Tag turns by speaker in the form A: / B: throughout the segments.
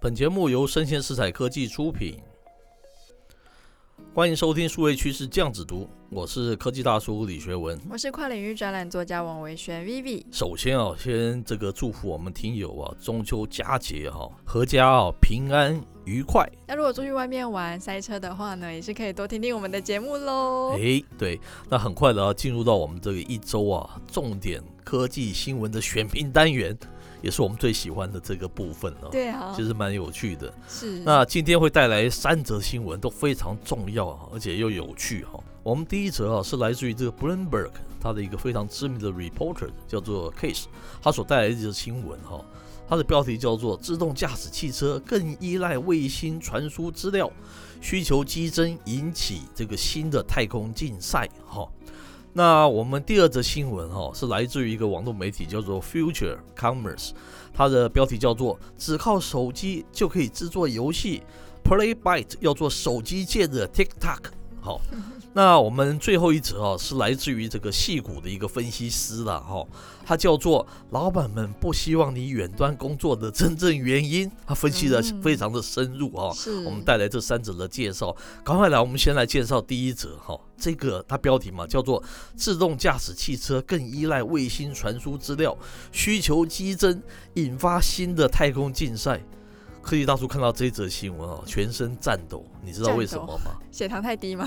A: 本节目由生鲜食材科技出品，欢迎收听数位趋势酱子读，我是科技大叔李学文。
B: 我是跨领域专栏作家王维轩 Vivi。
A: 首先啊，先这个祝福我们听友啊，中秋佳节哈、阖家啊平安愉快。
B: 那如果出去外面玩塞车的话呢，也是可以多听听我们的节目喽。
A: 诶，哎对，那很快的啊，进入到我们这个一周啊重点科技新闻的选评单元，也是我们最喜欢的这个部分了、
B: 对啊，
A: 其实蛮有趣的。
B: 是
A: 那今天会带来三则新闻，都非常重要啊，而且又有趣哈、我们第一则啊是来自于这个 Bloomberg，他的一个非常知名的 reporter 叫做 Case，他所带来的这则新闻哈、它的标题叫做“自动驾驶汽车更依赖卫星传输资料，需求激增引起这个新的太空竞赛”哈、那我们第二则新闻哈、是来自于一个网络媒体叫做 Future Commerce。它的标题叫做“只靠手机就可以制作游戏 ”，Play Byte 要做手机界的 TikTok。好，那我们最后一则啊，是来自于这个戏骨的一个分析师了哈、他叫做“老板们不希望你远端工作的真正原因”，他分析的
B: 嗯
A: 非常的深入啊、
B: 是
A: 我们带来这三者的介绍，赶快来，我们先来介绍第一则哈、这个它标题嘛叫做“自动驾驶汽车更依赖卫星传输资料，需求激增，引发新的太空竞赛”。科技大叔看到这一则新闻啊，全身颤抖，你知道为什么吗？
B: 血糖太低吗？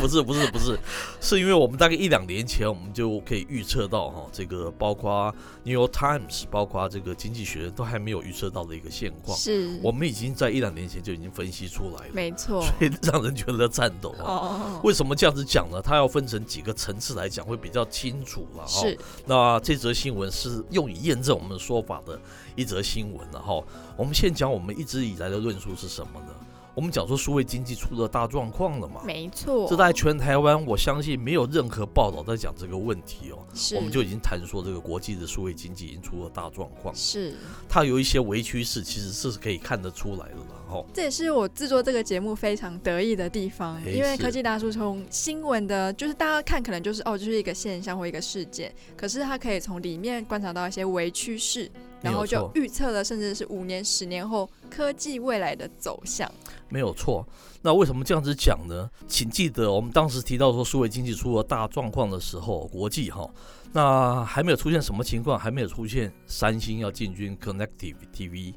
A: 不是不是不是，是因为我们大概一两年前，我们就可以预测到哈、这个包括《New York Times》，包括这个《经济学人》都还没有预测到的一个现况。
B: 是，
A: 我们已经在一两年前就已经分析出来了，
B: 没错。
A: 所以让人觉得颤抖啊。
B: 哦，
A: 为什么这样子讲呢？它要分成几个层次来讲，会比较清楚了哈。
B: 是
A: 那这则新闻是用以验证我们的说法的一则新闻了哈。我们先讲我们一直以来的论述是什么呢？我们讲说数位经济出了大状况了嘛。
B: 没错。
A: 这在全台湾，我相信没有任何报道在讲这个问题哦。
B: 是
A: 我们就已经谈说这个国际的数位经济已经出了大状况，
B: 是，
A: 它有一些微趋势，其实是可以看得出来的了哈。
B: 这也是我制作这个节目非常得意的地方，
A: 诶
B: 因为
A: 哎是
B: 科技大叔从新闻的，就是大家看可能就是哦，就是一个现象或一个事件，可是他可以从里面观察到一些微趋势，然
A: 没有
B: 后就
A: 错
B: 预测了，甚至是五年、十年后科技未来的走向。
A: 没有错。那为什么这样子讲呢？请记得我们当时提到说数位经济出了大状况的时候，国际哈，那还没有出现什么情况，还没有出现三星要进军 Connective TV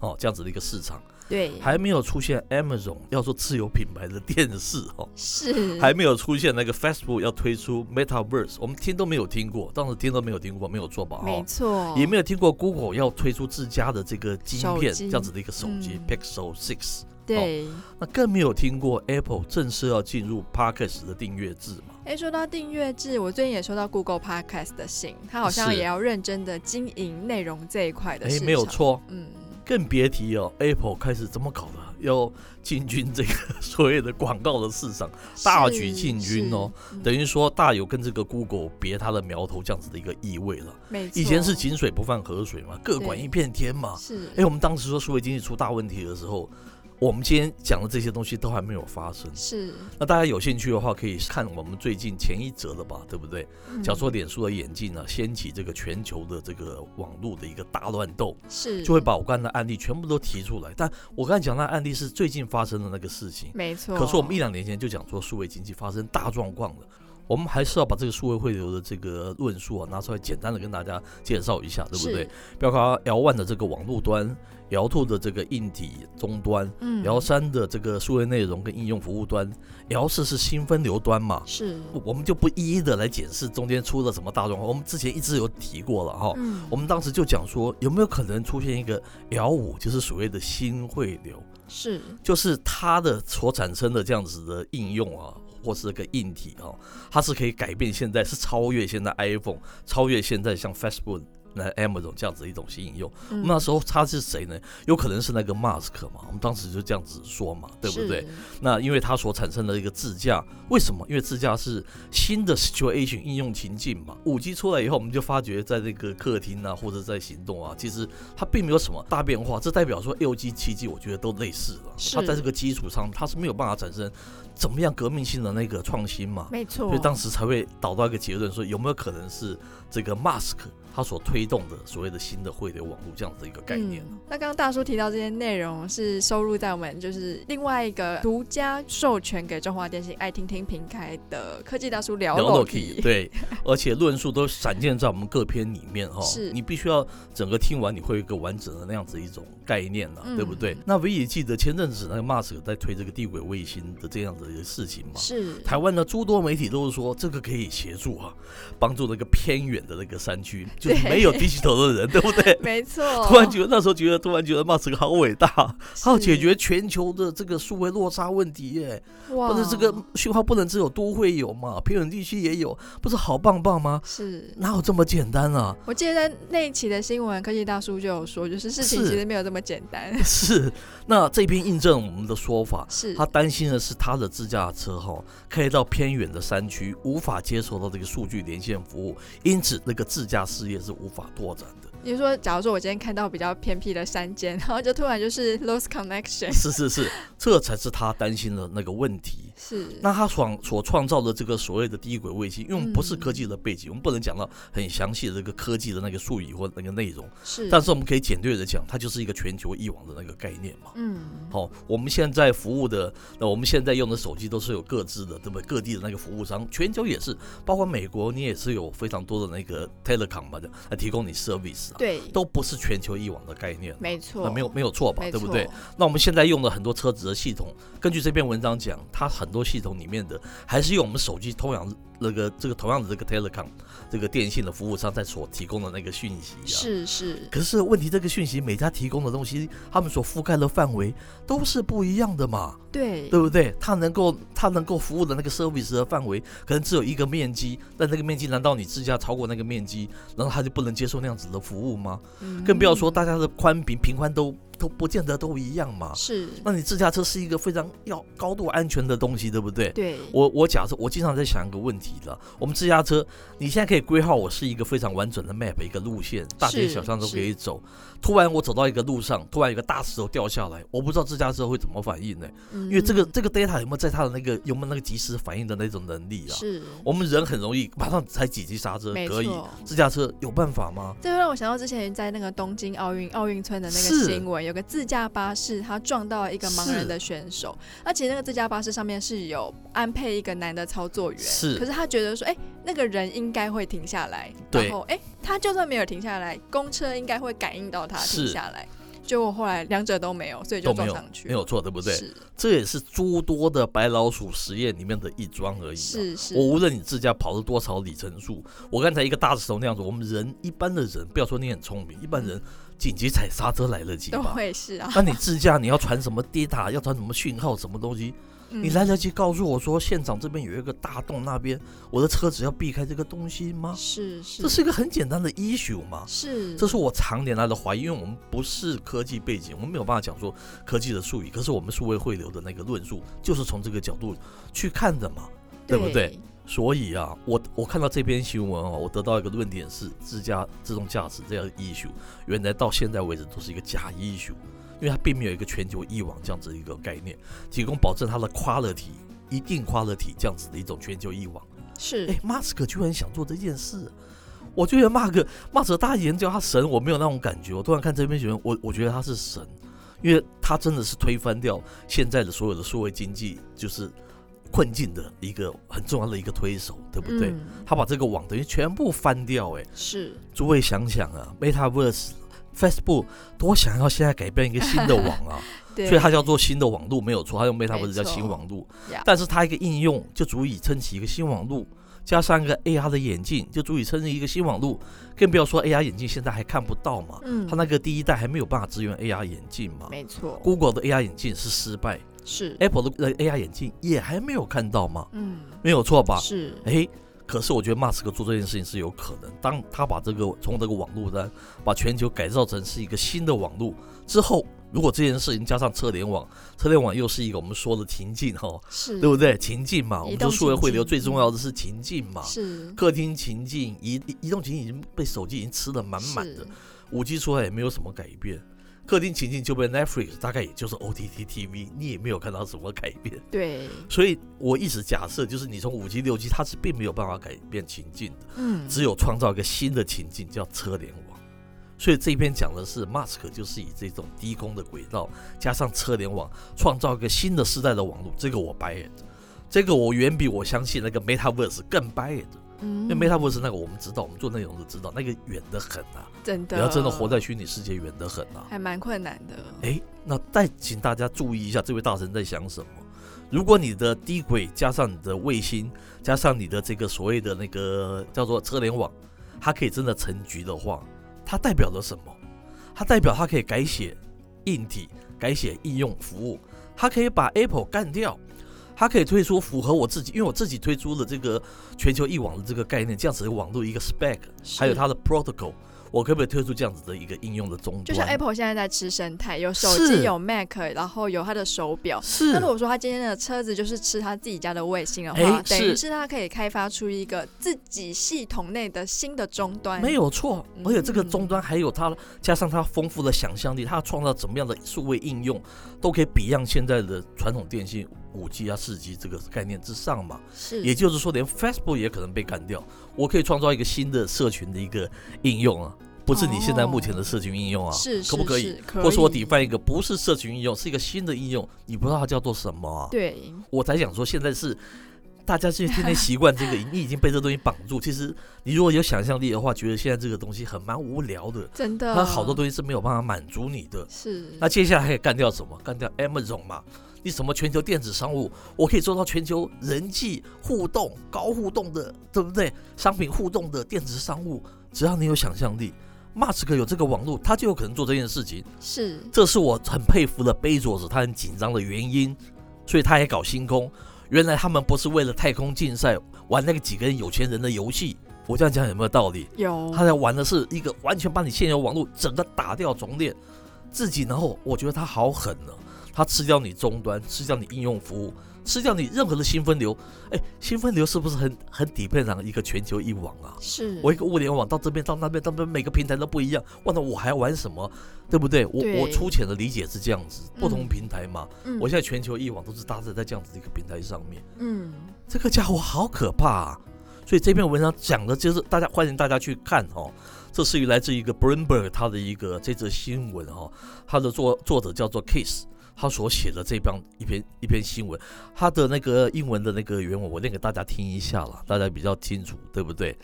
A: 哦这样子的一个市场，
B: 对，
A: 还没有出现 Amazon 要做自有品牌的电视哦。
B: 是
A: 还没有出现那个 Facebook 要推出 Metaverse，我们听都没有听过，当时听都没有听过，没有做吧？哦
B: 没错，
A: 也没有听过 Google 要推出自家的这个晶片
B: 手机
A: 这样子的一个手机、
B: 嗯
A: Pixel Six。
B: 对。
A: 那更没有听过 Apple 正式要进入 Podcast 的订阅制嘛？
B: 哎，说到订阅制，我最近也收到 Google Podcast 的信，它好像
A: 是
B: 也要认真的经营内容这一块的市
A: 诶，
B: 场。
A: 没有，错，
B: 嗯，
A: 更别提哦，Apple 开始怎么搞的，要进军这个 所谓的广告的市场，大举
B: 是
A: 进军哦，
B: 是嗯
A: 等于说大有跟这个 Google 别它的苗头这样子的一个意味了。
B: 没错，
A: 以前是哎井水不犯河水嘛，各管
B: 对
A: 一片天嘛。
B: 是，
A: 诶，我们当时说数位经济出大问题的时候，我们今天讲的这些东西都还没有发生。
B: 是，
A: 那大家有兴趣的话，可以看我们最近前一则了吧，对不对？
B: 嗯
A: 讲说脸书的演进呢，掀起这个全球的这个网络的一个大乱斗，
B: 是
A: 就会把我刚才的案例全部都提出来。但我刚才讲那案例是最近发生的那个事情，
B: 没错。
A: 可是我们一两年前就讲说数位经济发生大状况了。我们还是要把这个数位汇流的这个论述啊拿出来，简单的跟大家介绍一下，对不对
B: 是？？
A: 包括 L One 的这个网络端，L Two 的这个硬体终端
B: 嗯，
A: ，L 三的这个数位内容跟应用服务端，L 四是新分流端嘛，
B: 是，
A: 我们就不一一的来解释中间出了什么大状况。我们之前一直有提过了哈，
B: 嗯
A: 我们当时就讲说有没有可能出现一个 L 五，就是所谓的新汇流，
B: 是
A: 就是它的所产生的这样子的应用啊。或是个硬体啊，它是可以改变现在，是超越现在 iPhone，超越现在像 Facebook、那 Amazon 这样子一种新应用。
B: 嗯
A: 那时候他是谁呢？有可能是那个 Mask 嘛，我们当时就这样子说嘛，对不对？？
B: 是
A: 那因为它所产生的一个自驾，为什么？因为自驾是新的 situation 应用情境嘛。五 G 出来以后，我们就发觉在这个客厅啊，或者在行动啊，其实它并没有什么大变化。这代表说六 G、七 G 我觉得都类似了，
B: 是
A: 它在这个基础上它是没有办法产生怎么样革命性的那个创新嘛。
B: 没错，
A: 所以当时才会导到一个结论，说有没有可能是这个 Mask 他所推动的所谓的新的汇流网络这样子的一个概念。
B: 嗯那刚刚大叔提到这些内容是收录在我们就是另外一个独家授权给中华电信爱听听平台的科技大叔聊
A: 聊
B: 楼
A: 到 key，对，而且论述都闪现在我们各篇里面哈、
B: 是
A: 你必须要整个听完，你会有一个完整的那样子一种概念了、
B: 嗯
A: 对不对？那我也记得前阵子那个 Mask 在推这个地轨卫星的这样子的一个事情嘛。
B: 是
A: 台湾的诸多媒体都是说，这个可以协助啊，帮助那个偏远的那个山区，就是
B: 对
A: 没有 digital 的人，对不对？
B: 没错，
A: 突然觉得那时候觉得，突然觉得 Mask 好伟大，
B: 是
A: 他要解决全球的这个数位落差问题耶。
B: 哇，
A: 不是这个
B: 嗯
A: 讯号不能只有都会有嘛，偏远地区也有，不是好棒棒吗？
B: 是
A: 哪有这么简单 啊？
B: 我记得在那一期的新闻，科技大叔就有说，就是事情
A: 是
B: 其实没有这么简单。
A: 是，那这篇印证我们的说法。
B: 是，
A: 他担心的是他的自驾车哈、开到偏远的山区，无法接受到这个数据连线服务，因此那个自驾事业是无法拓展的。
B: 你说，假如说我今天看到比较偏僻的山间，然后就突然就是 lost connection，
A: 是是是，这才是他担心的那个问题。
B: 是，
A: 那他创所创造的这个所谓的低轨卫星，因为我们不是
B: 嗯
A: 科技的背景，我们不能讲到很详细的这个科技的那个术语或那个内容。
B: 是，
A: 但是我们可以简略的讲，它就是一个全球一网的那个概念嘛。
B: 嗯，
A: 好、我们现在服务的，那我们现在用的手机都是有各自的，对不对？各地的那个服务商，全球也是，包括美国，你也是有非常多的那个 telecom 嘛的，来提供你 service 啊，
B: 对，
A: 都不是全球一网的概念啊。
B: 没错，
A: 那没有没有错吧，
B: 没
A: 对
B: 错，
A: 不对？？那我们现在用了很多车子的系统，根据这篇文章讲，它很多系统里面的还是用我们手机同样那个这个同样的这个 telecom 这个电信的服务商在所提供的那个讯息啊。
B: 是是，
A: 可是问题，这个讯息每家提供的东西，他们所覆盖的范围都是不一样的嘛，
B: 对，
A: 对不对？它能够它能够服务的那个 service 的范围，可能只有一个面积，但那个面积难道你自驾超过那个面积，难道他就不能接受那样子的服务吗？
B: 嗯
A: 更不要说大家的宽平平宽都都不见得都一样嘛。
B: 是，
A: 那你自驾车是一个非常要高度安全的东西，对不对？
B: 对，
A: 我我假设我经常在想一个问题了，我们自驾车，你现在可以规划我是一个非常完整的 map 一个路线，大街小巷都可以走。突然我走到一个路上，突然有个大石头掉下来，我不知道自驾车会怎么反应呢、
B: 因
A: 因为这个这个 data 有没有在它的那个有没有那个及时反应的那种能力啊？
B: 是，
A: 我们人很容易马上踩几级刹车，
B: 没
A: 可以。
B: 错。
A: 自驾车有办法吗？
B: 这就让我想到之前在那个东京奥运奥运村的那个
A: 是
B: 新闻，有个自驾巴士，他撞到一个盲人的选手。那其实那个自驾巴士上面是有安配一个男的操作员，
A: 是
B: 可是他觉得说，哎、那个人应该会停下来，
A: 对
B: 然后哎、他就算没有停下来，公车应该会感应到他
A: 是
B: 停下来。结果后来两者都没有，所以就
A: 都没
B: 撞
A: 有
B: 上去，
A: 没有错，对不对？
B: 是
A: 这也是诸多的白老鼠实验里面的一桩而已、啊。
B: 是是，
A: 我无论你自驾跑了多少里程数，我刚才一个大石头那样子，我们人一般的人，不要说你很聪明，一般人紧急踩刹车来得及
B: 嗯都
A: 吧？
B: 会是啊。
A: 那你自驾你要传什么 data，要传什么讯号，什么东西，
B: 嗯
A: 你来得及告诉我说现场这边有一个大洞，那边我的车子要避开这个东西吗？
B: 是是
A: 这是一个很简单的 issue 吗？
B: 是，
A: 这是我常年来的怀疑，因为我们不是科技背景，我们没有办法讲说科技的术语，可是我们数位汇流的那个论述就是从这个角度去看的嘛，对不对？所以啊，我我看到这篇新闻啊，我得到一个论点是，自驾自动驾驶这样的 issue，原来到现在为止都是一个假 issue，因为它并没有一个全球一网这样子一个概念，提供保证它的 quality 一定 quality 这样子的一种全球一网。
B: 是
A: 哎，马斯克居然想做这件事，我觉得马克马斯克大研究他神，我没有那种感觉。我突然看这篇新闻，我我觉得他是神，因为他真的是推翻掉现在的所有的数位经济就是困境的一个很重要的一个推手，对不对？
B: 嗯
A: 他把这个网等于全部翻掉，哎，
B: 是
A: 诸位想想啊，MetaVerse。Facebook 多想要现在改变一个新的网啊，
B: 对，
A: 所以它叫做新的网络，没有错，它用 MetaVerse
B: 没
A: 叫
B: 错
A: 新网络
B: Yeah。
A: 但是它一个应用就足以撑起一个新网络，加上一个 AR 的眼镜就足以撑起一个新网络，更不要说 AR 眼镜现在还看不到嘛，
B: 嗯
A: 它那个第一代还没有办法支援 AR 眼镜嘛。
B: 没错
A: Google 的 AR 眼镜是失败
B: 是
A: ，Apple 的呃 AR 眼镜也还没有看到嘛，
B: 嗯
A: 没有错吧？
B: 是
A: 诶，哎可是我觉得马斯克做这件事情是有可能，当他把这个从这个网络端把全球改造成是一个新的网络之后，如果这件事情加上车联网，车联网又是一个我们说的情境哈、
B: 是
A: 对不对？情境嘛，我
B: 嗯移
A: 们
B: 动
A: 说数位汇流
B: 情境嗯
A: 最重要的是情境嘛。
B: 是
A: 客厅情境、移移动情境已经被手机已经吃的满满的
B: 是
A: 五 G 出来也没有什么改变，客厅情境就被 Netflix 大概也就是 OTT TV，你也没有看到什么改变。
B: 对，
A: 所以我一直假设，就是你从五 G 六 G 它是并没有办法改变情境的，
B: 嗯，
A: 只有创造一个新的情境叫车联网。所以这一篇讲的是 Mask 就是以这种低空的轨道加上车联网，创造一个新的时代的网络。这个我 buy it，这个我远比我相信那个 Metaverse 更 buy it。因
B: 嗯
A: 为 Metaverse 那个我们知道，我们做内容的知道，那个远得很啊，
B: 真的，
A: 你要真的活在虚拟世界，远得很啊。
B: 还蛮困难的。
A: 哎，那再请大家注意一下，这位大神在想什么。如果你的低轨加上你的卫星，加上你的这个所谓的那个叫做车联网，它可以真的成局的话，它代表了什么？它代表它可以改写硬体，改写应用服务，它可以把 Apple 干掉，它可以推出符合我自己，因为我自己推出了这个全球一网的这个概念，这样子的网络一个 spec，
B: 是
A: 还有它的 protocol，我可不可以推出这样子的一个应用的终端？
B: 就像 Apple 现在在吃生态，有手
A: 是
B: 机，有 Mac，然后有它的手表。
A: 是
B: 那如果说他今天的车子就是吃他自己家的卫星的话
A: 哎，
B: 等于
A: 是
B: 是他可以开发出一个自己系统内的新的终端。
A: 没有错，
B: 嗯
A: 而且这个终端还有它加上它丰富的想象力，它创造怎么样的数位应用，都可以比样现在的传统电信五 G 啊、四 G 这个概念之上嘛。
B: 是，
A: 也就是说，连 Facebook 也可能被干掉，我可以创造一个新的社群的一个应用啊，不是你现在目前的社群应用啊，
B: 是是
A: 可不可以？
B: 是
A: 或是我抵犯一个不是社群应用，是一个新的应用，你不知道它叫做什么啊？
B: 对，
A: 我才想说，现在是大家是天天习惯这个，你已经被这东西绑住。其实你如果有想象力的话，觉得现在这个东西很蛮无聊的，
B: 真的。
A: 它好多东西是没有办法满足你的。
B: 是，
A: 那接下来还可以干掉什么？干掉 Amazon 嘛？你什么全球电子商务？我可以做到全球人际互动、高互动的，对不对？商品互动的电子商务，只要你有想象力。马斯克有这个网络，他就有可能做这件事情。
B: 是
A: 这是我很佩服的贝佐斯，他很紧张的原因，所以他也搞星空。原来他们不是为了太空竞赛玩那个几个人有钱人的游戏，我这样讲有没有道理？
B: 有
A: 他在玩的是一个完全把你现有网络整个打掉重练，自己然后我觉得他好狠呢、他吃掉你终端，吃掉你应用服务，吃掉你任何的新分流。哎，新分流是不是很很底配上一个全球一网啊？
B: 是
A: 我一个物联网到这边到那边到那边，每个平台都不一样，哇，那我还玩什么？对不对？我
B: 对
A: 我粗浅的理解是这样子，不同
B: 嗯
A: 平台嘛，
B: 嗯
A: 我现在全球一网都是搭载在这样子的一个平台上面，
B: 嗯
A: 这个家伙好可怕、啊。所以这篇文章讲的就是大家欢迎大家去看哦，这是来自一个 Bloomberg 他的一个这则新闻哦，他的作作者叫做 Case。他所写的这篇一篇一篇新闻，他的那个英文的那个原文，我念给大家听一下啦，大家比较清楚，对不对？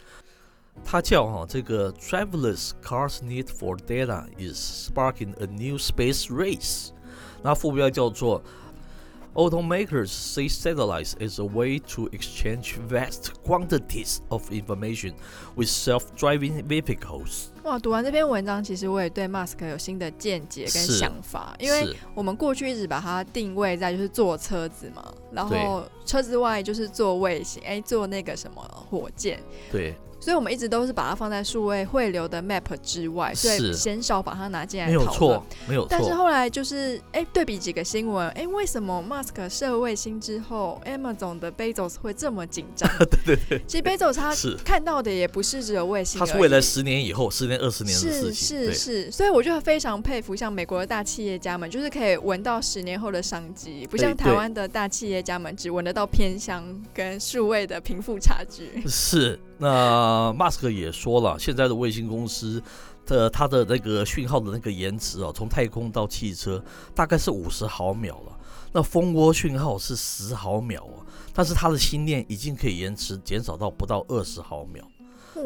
A: 它叫哈、这个 Travelers Cars Need for Data is Sparking a New Space Race，那副标叫做 Automakers see satellites as a way to exchange vast quantities of information with self-driving vehicles。
B: 哇，读完这篇文章，其实我也对 Mask 有新的见解跟
A: 是
B: 想法，因为
A: 是
B: 我们过去一直把它定位在就是坐车子嘛，然后车子外就是坐卫星，哎，坐那个什么火箭，
A: 对，
B: 所以我们一直都是把它放在数位汇流的 Map 之外，所以
A: 是
B: 鲜少把它拿进来
A: 没有
B: 哎讨论
A: 错。，没有
B: 但是
A: 错，
B: 后来就是，哎，对比几个新闻，哎，为什么 Musk 设卫星之后，Amazon 的 Bezos 会这么紧 张？
A: 对对，
B: 其实 Bezos 他
A: 是
B: 看到的也不是只有卫星而
A: 它
B: 已，
A: 是未来十年以后、十年、二十年的事
B: 是
A: 情。
B: 是
A: 对
B: 是，所以我就非常佩服像美国的大企业家们，就是可以闻到十年后的商机，不像
A: 对
B: 台湾的大企业家们只闻得到偏乡跟数位的贫富差距。
A: 是，那马斯克也说了，现在的卫星公司的它的那个讯号的那个延迟哦，从太空到汽车大概是五十毫秒了，那蜂窝讯号是十毫秒啊，但是它的星链已经可以延迟减少到不到二十毫秒。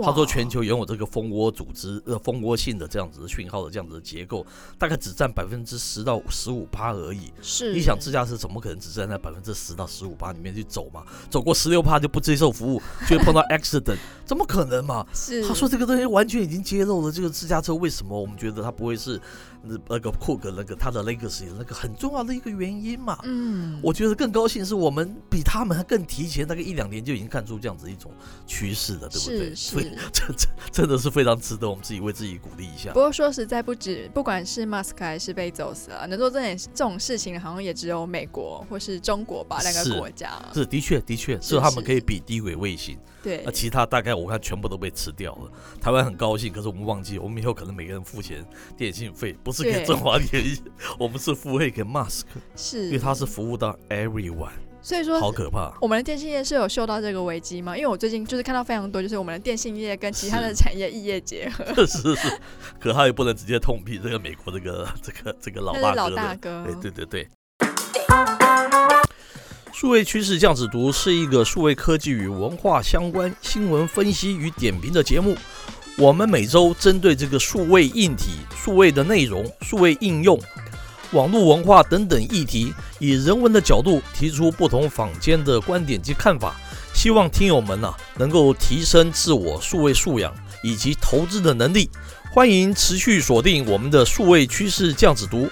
A: 他说全
B: 哇
A: 球拥有这个蜂窝组织呃蜂窝性的这样子的讯号的这样子的结构，大概只占百分之十到十五趴而已。
B: 是
A: 你想自驾车怎么可能只站在百分之十到十五趴里面去走嘛？走过十六趴就不接受服务，就会碰到 accident，怎 么可能嘛？
B: 是
A: 他说这个东西完全已经揭露了这个自驾车为什么我们觉得它不会是呃那个 Cook 那个他的 legacy 的那个很重要的一个原因嘛。
B: 嗯，
A: 我觉得更高兴是我们比他们还更提前，大概一两年就已经看出这样子一种趋势了，对不对？
B: 是
A: 所以
B: 是。
A: 这这真的是非常值得我们自己为自己鼓励一下
B: 不。过说实在，不止不管是 Musk 还是 Bezos 啊，能做这点这种事情的，好像也只有美国或是中国吧，两
A: 是
B: 个国家。
A: 是，的确，的确，
B: 是
A: 是他
B: 是
A: 们可以比低轨卫星。
B: 对
A: 那，其他大概我看全部都被吃掉了。台湾很高兴，可是我们忘记，我们以后可能每个人付钱电信费，不不是给
B: 对
A: 中华电信， 我们是付费给 Mask，
B: 是，
A: 因为它是服务到 everyone，
B: 所以说
A: 好可怕。
B: 我们的电信业是有嗅到这个危机吗？因为我最近就是看到非常多，就是我们的电信业跟其他的
A: 是
B: 产业异业结合，
A: 是是，可他也不能直接痛批这个美国这个这个这个老
B: 那
A: 大
B: 是
A: 哥
B: 老
A: 的
B: 大哥
A: 哎，，对对对。数位趋势酱子读是一个数位科技与文化相关新闻分析与点评的节目。我们每周针对这个数位硬体、数位的内容、数位应用、网络文化等等议题，以人文的角度提出不同坊间的观点及看法，希望听友们呐、能够提升自我数位素养以及投资的能力。欢迎持续锁定我们的数位趋势酱子读。